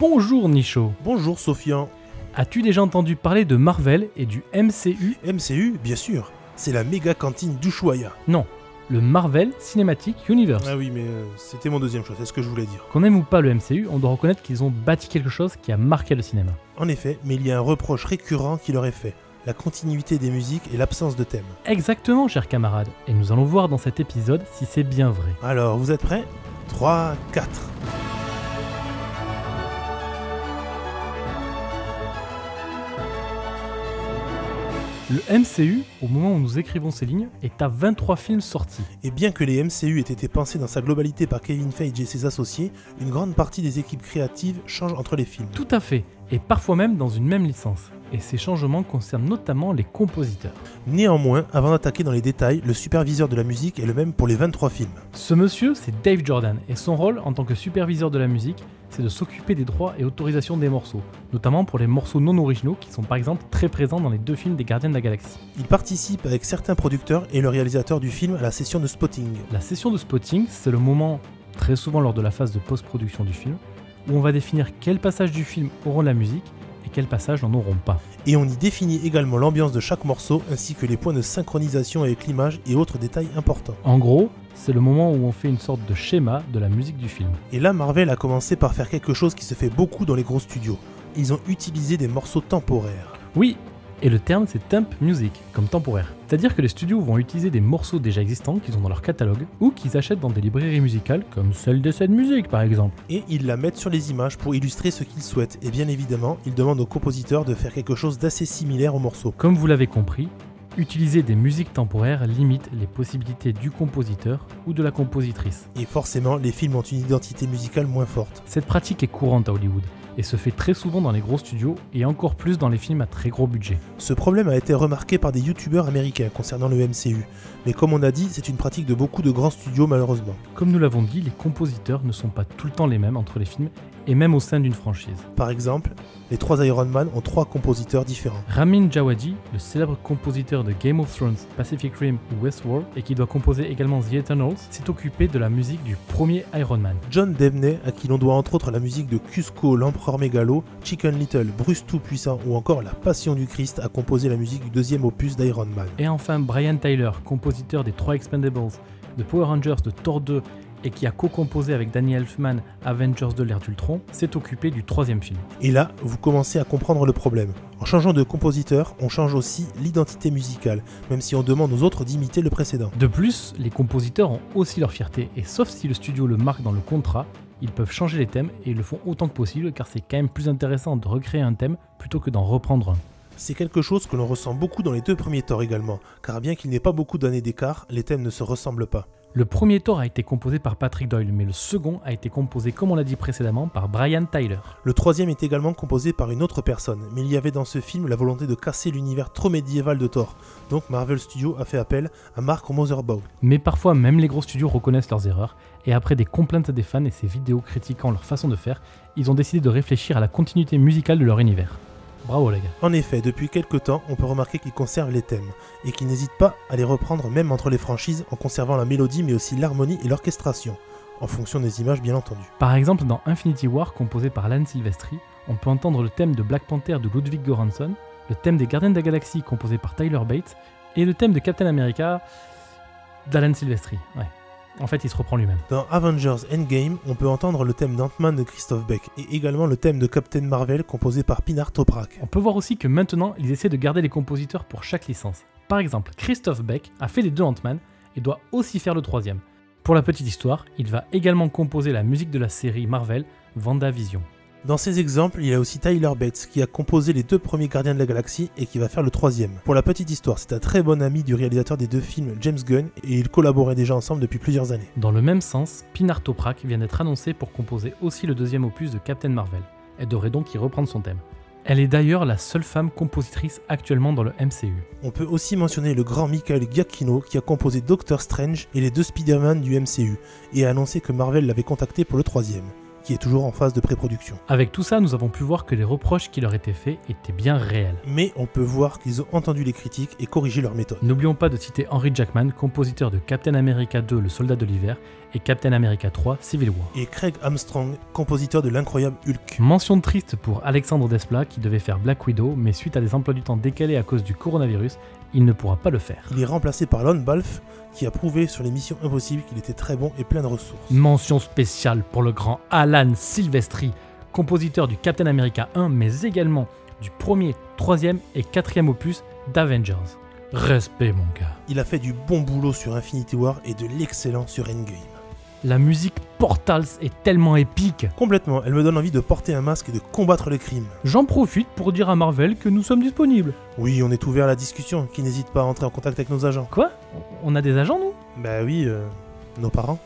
Bonjour Nicho, Bonjour Sofian. as-tu déjà entendu parler de Marvel et du MCU MCU, bien sûr. C'est la méga cantine d'Ushuaïa. Non, le Marvel Cinematic Universe. Ah oui, mais euh, c'était mon deuxième choix, c'est ce que je voulais dire. Qu'on aime ou pas le MCU, on doit reconnaître qu'ils ont bâti quelque chose qui a marqué le cinéma. En effet, mais il y a un reproche récurrent qui leur est fait la continuité des musiques et l'absence de thème. Exactement, chers camarades, et nous allons voir dans cet épisode si c'est bien vrai. Alors, vous êtes prêts 3, 4. Le MCU, au moment où nous écrivons ces lignes, est à 23 films sortis. Et bien que les MCU aient été pensés dans sa globalité par Kevin Feige et ses associés, une grande partie des équipes créatives change entre les films. Tout à fait, et parfois même dans une même licence. Et ces changements concernent notamment les compositeurs. Néanmoins, avant d'attaquer dans les détails, le superviseur de la musique est le même pour les 23 films. Ce monsieur, c'est Dave Jordan, et son rôle en tant que superviseur de la musique, c'est de s'occuper des droits et autorisations des morceaux, notamment pour les morceaux non originaux qui sont par exemple très présents dans les deux films des Gardiens de la Galaxie. Il participe avec certains producteurs et le réalisateur du film à la session de spotting. La session de spotting, c'est le moment, très souvent lors de la phase de post-production du film, où on va définir quels passages du film auront de la musique et quels passages n'en auront pas. Et on y définit également l'ambiance de chaque morceau ainsi que les points de synchronisation avec l'image et autres détails importants. En gros, c'est le moment où on fait une sorte de schéma de la musique du film. Et là, Marvel a commencé par faire quelque chose qui se fait beaucoup dans les gros studios. Ils ont utilisé des morceaux temporaires. Oui, et le terme c'est temp music, comme temporaire. C'est-à-dire que les studios vont utiliser des morceaux déjà existants qu'ils ont dans leur catalogue ou qu'ils achètent dans des librairies musicales comme celle de cette musique par exemple. Et ils la mettent sur les images pour illustrer ce qu'ils souhaitent. Et bien évidemment, ils demandent aux compositeurs de faire quelque chose d'assez similaire au morceau. Comme vous l'avez compris, utiliser des musiques temporaires limite les possibilités du compositeur ou de la compositrice. Et forcément, les films ont une identité musicale moins forte. Cette pratique est courante à Hollywood et se fait très souvent dans les gros studios et encore plus dans les films à très gros budget. Ce problème a été remarqué par des youtubeurs américains concernant le MCU. Mais comme on a dit, c'est une pratique de beaucoup de grands studios malheureusement. Comme nous l'avons dit, les compositeurs ne sont pas tout le temps les mêmes entre les films et même au sein d'une franchise. Par exemple, les trois Iron Man ont trois compositeurs différents. Ramin Djawadi, le célèbre compositeur de Game of Thrones, Pacific Rim ou Westworld, et qui doit composer également The Eternals, s'est occupé de la musique du premier Iron Man. John Debney, à qui l'on doit entre autres la musique de Cusco, l'Empereur Mégalo, Chicken Little, Bruce Tout-Puissant ou encore La Passion du Christ, a composé la musique du deuxième opus d'Iron Man. Et enfin Brian Tyler, compositeur des 3 Expendables, de Power Rangers, de Thor 2 et qui a co-composé avec Danny Elfman Avengers de l'ère d'Ultron, s'est occupé du troisième film. Et là, vous commencez à comprendre le problème. En changeant de compositeur, on change aussi l'identité musicale, même si on demande aux autres d'imiter le précédent. De plus, les compositeurs ont aussi leur fierté et sauf si le studio le marque dans le contrat, ils peuvent changer les thèmes et ils le font autant que possible car c'est quand même plus intéressant de recréer un thème plutôt que d'en reprendre un. C'est quelque chose que l'on ressent beaucoup dans les deux premiers Thor également, car bien qu'il n'ait pas beaucoup d'années d'écart, les thèmes ne se ressemblent pas. Le premier Thor a été composé par Patrick Doyle, mais le second a été composé, comme on l'a dit précédemment, par Brian Tyler. Le troisième est également composé par une autre personne, mais il y avait dans ce film la volonté de casser l'univers trop médiéval de Thor, donc Marvel Studios a fait appel à Mark Motherbaugh. Mais parfois, même les gros studios reconnaissent leurs erreurs, et après des complaintes des fans et ces vidéos critiquant leur façon de faire, ils ont décidé de réfléchir à la continuité musicale de leur univers. Bravo les gars. En effet, depuis quelques temps, on peut remarquer qu'ils conservent les thèmes, et qu'ils n'hésitent pas à les reprendre même entre les franchises en conservant la mélodie mais aussi l'harmonie et l'orchestration, en fonction des images bien entendu. Par exemple, dans Infinity War, composé par Alan Silvestri, on peut entendre le thème de Black Panther de Ludwig Göransson, le thème des Gardiens de la Galaxie composé par Tyler Bates, et le thème de Captain America d'Alan Silvestri. Ouais. En fait, il se reprend lui-même. Dans Avengers Endgame, on peut entendre le thème d'Ant-Man de Christophe Beck, et également le thème de Captain Marvel composé par Pinar Toprak. On peut voir aussi que maintenant, ils essaient de garder les compositeurs pour chaque licence. Par exemple, Christophe Beck a fait les deux Ant-Man et doit aussi faire le troisième. Pour la petite histoire, il va également composer la musique de la série Marvel Vision. Dans ces exemples, il y a aussi Tyler Bates qui a composé les deux premiers Gardiens de la Galaxie et qui va faire le troisième. Pour la petite histoire, c'est un très bon ami du réalisateur des deux films, James Gunn, et ils collaboraient déjà ensemble depuis plusieurs années. Dans le même sens, Pinar Toprak vient d'être annoncée pour composer aussi le deuxième opus de Captain Marvel. Elle devrait donc y reprendre son thème. Elle est d'ailleurs la seule femme compositrice actuellement dans le MCU. On peut aussi mentionner le grand Michael Giacchino qui a composé Doctor Strange et les deux Spider-Man du MCU et a annoncé que Marvel l'avait contacté pour le troisième, qui est toujours en phase de pré-production. Avec tout ça, nous avons pu voir que les reproches qui leur étaient faits étaient bien réels. Mais on peut voir qu'ils ont entendu les critiques et corrigé leur méthode. N'oublions pas de citer Henry Jackman, compositeur de Captain America 2, le soldat de l'hiver, et Captain America 3 Civil War. et Craig Armstrong, compositeur de l'incroyable Hulk. Mention triste pour Alexandre Desplat qui devait faire Black Widow, mais suite à des emplois du temps décalés à cause du coronavirus, il ne pourra pas le faire. Il est remplacé par Lon Balfe, qui a prouvé sur les missions impossibles qu'il était très bon et plein de ressources. Mention spéciale pour le grand Alan Silvestri, compositeur du Captain America 1, mais également du premier, troisième et quatrième opus d'Avengers. Respect mon gars. Il a fait du bon boulot sur Infinity War et de l'excellent sur Endgame. La musique Portals est tellement épique. Complètement, elle me donne envie de porter un masque et de combattre le crime. J'en profite pour dire à Marvel que nous sommes disponibles. Oui, on est ouvert à la discussion, qui n'hésite pas à entrer en contact avec nos agents. Quoi On a des agents nous Bah oui, euh, nos parents.